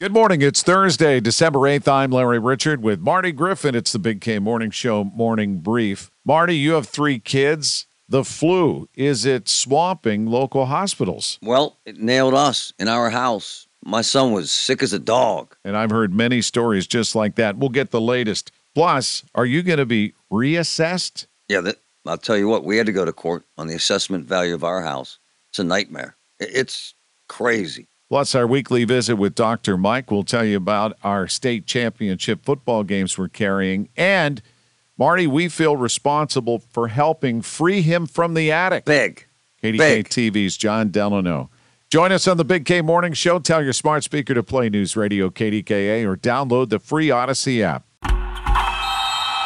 Good morning. It's Thursday, December 8th. I'm Larry Richard with Marty Griffin. It's the Big K Morning Show Morning Brief. Marty, you have three kids. The flu, is it swamping local hospitals? Well, it nailed us in our house. My son was sick as a dog. And I've heard many stories just like that. We'll get the latest. Plus, are you going to be reassessed? Yeah, that, I'll tell you what, we had to go to court on the assessment value of our house. It's a nightmare. I- It's crazy. Plus, our weekly visit with Dr. Mike will tell you about our state championship football games we're carrying. And, Marty, we feel responsible for helping free him from the attic. Big. KDK Big. TV's John Delano. Join us on the Big K Morning Show. Tell your smart speaker to play News Radio KDKA or download the free Odyssey app.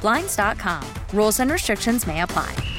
Blinds.com. Rules and restrictions may apply.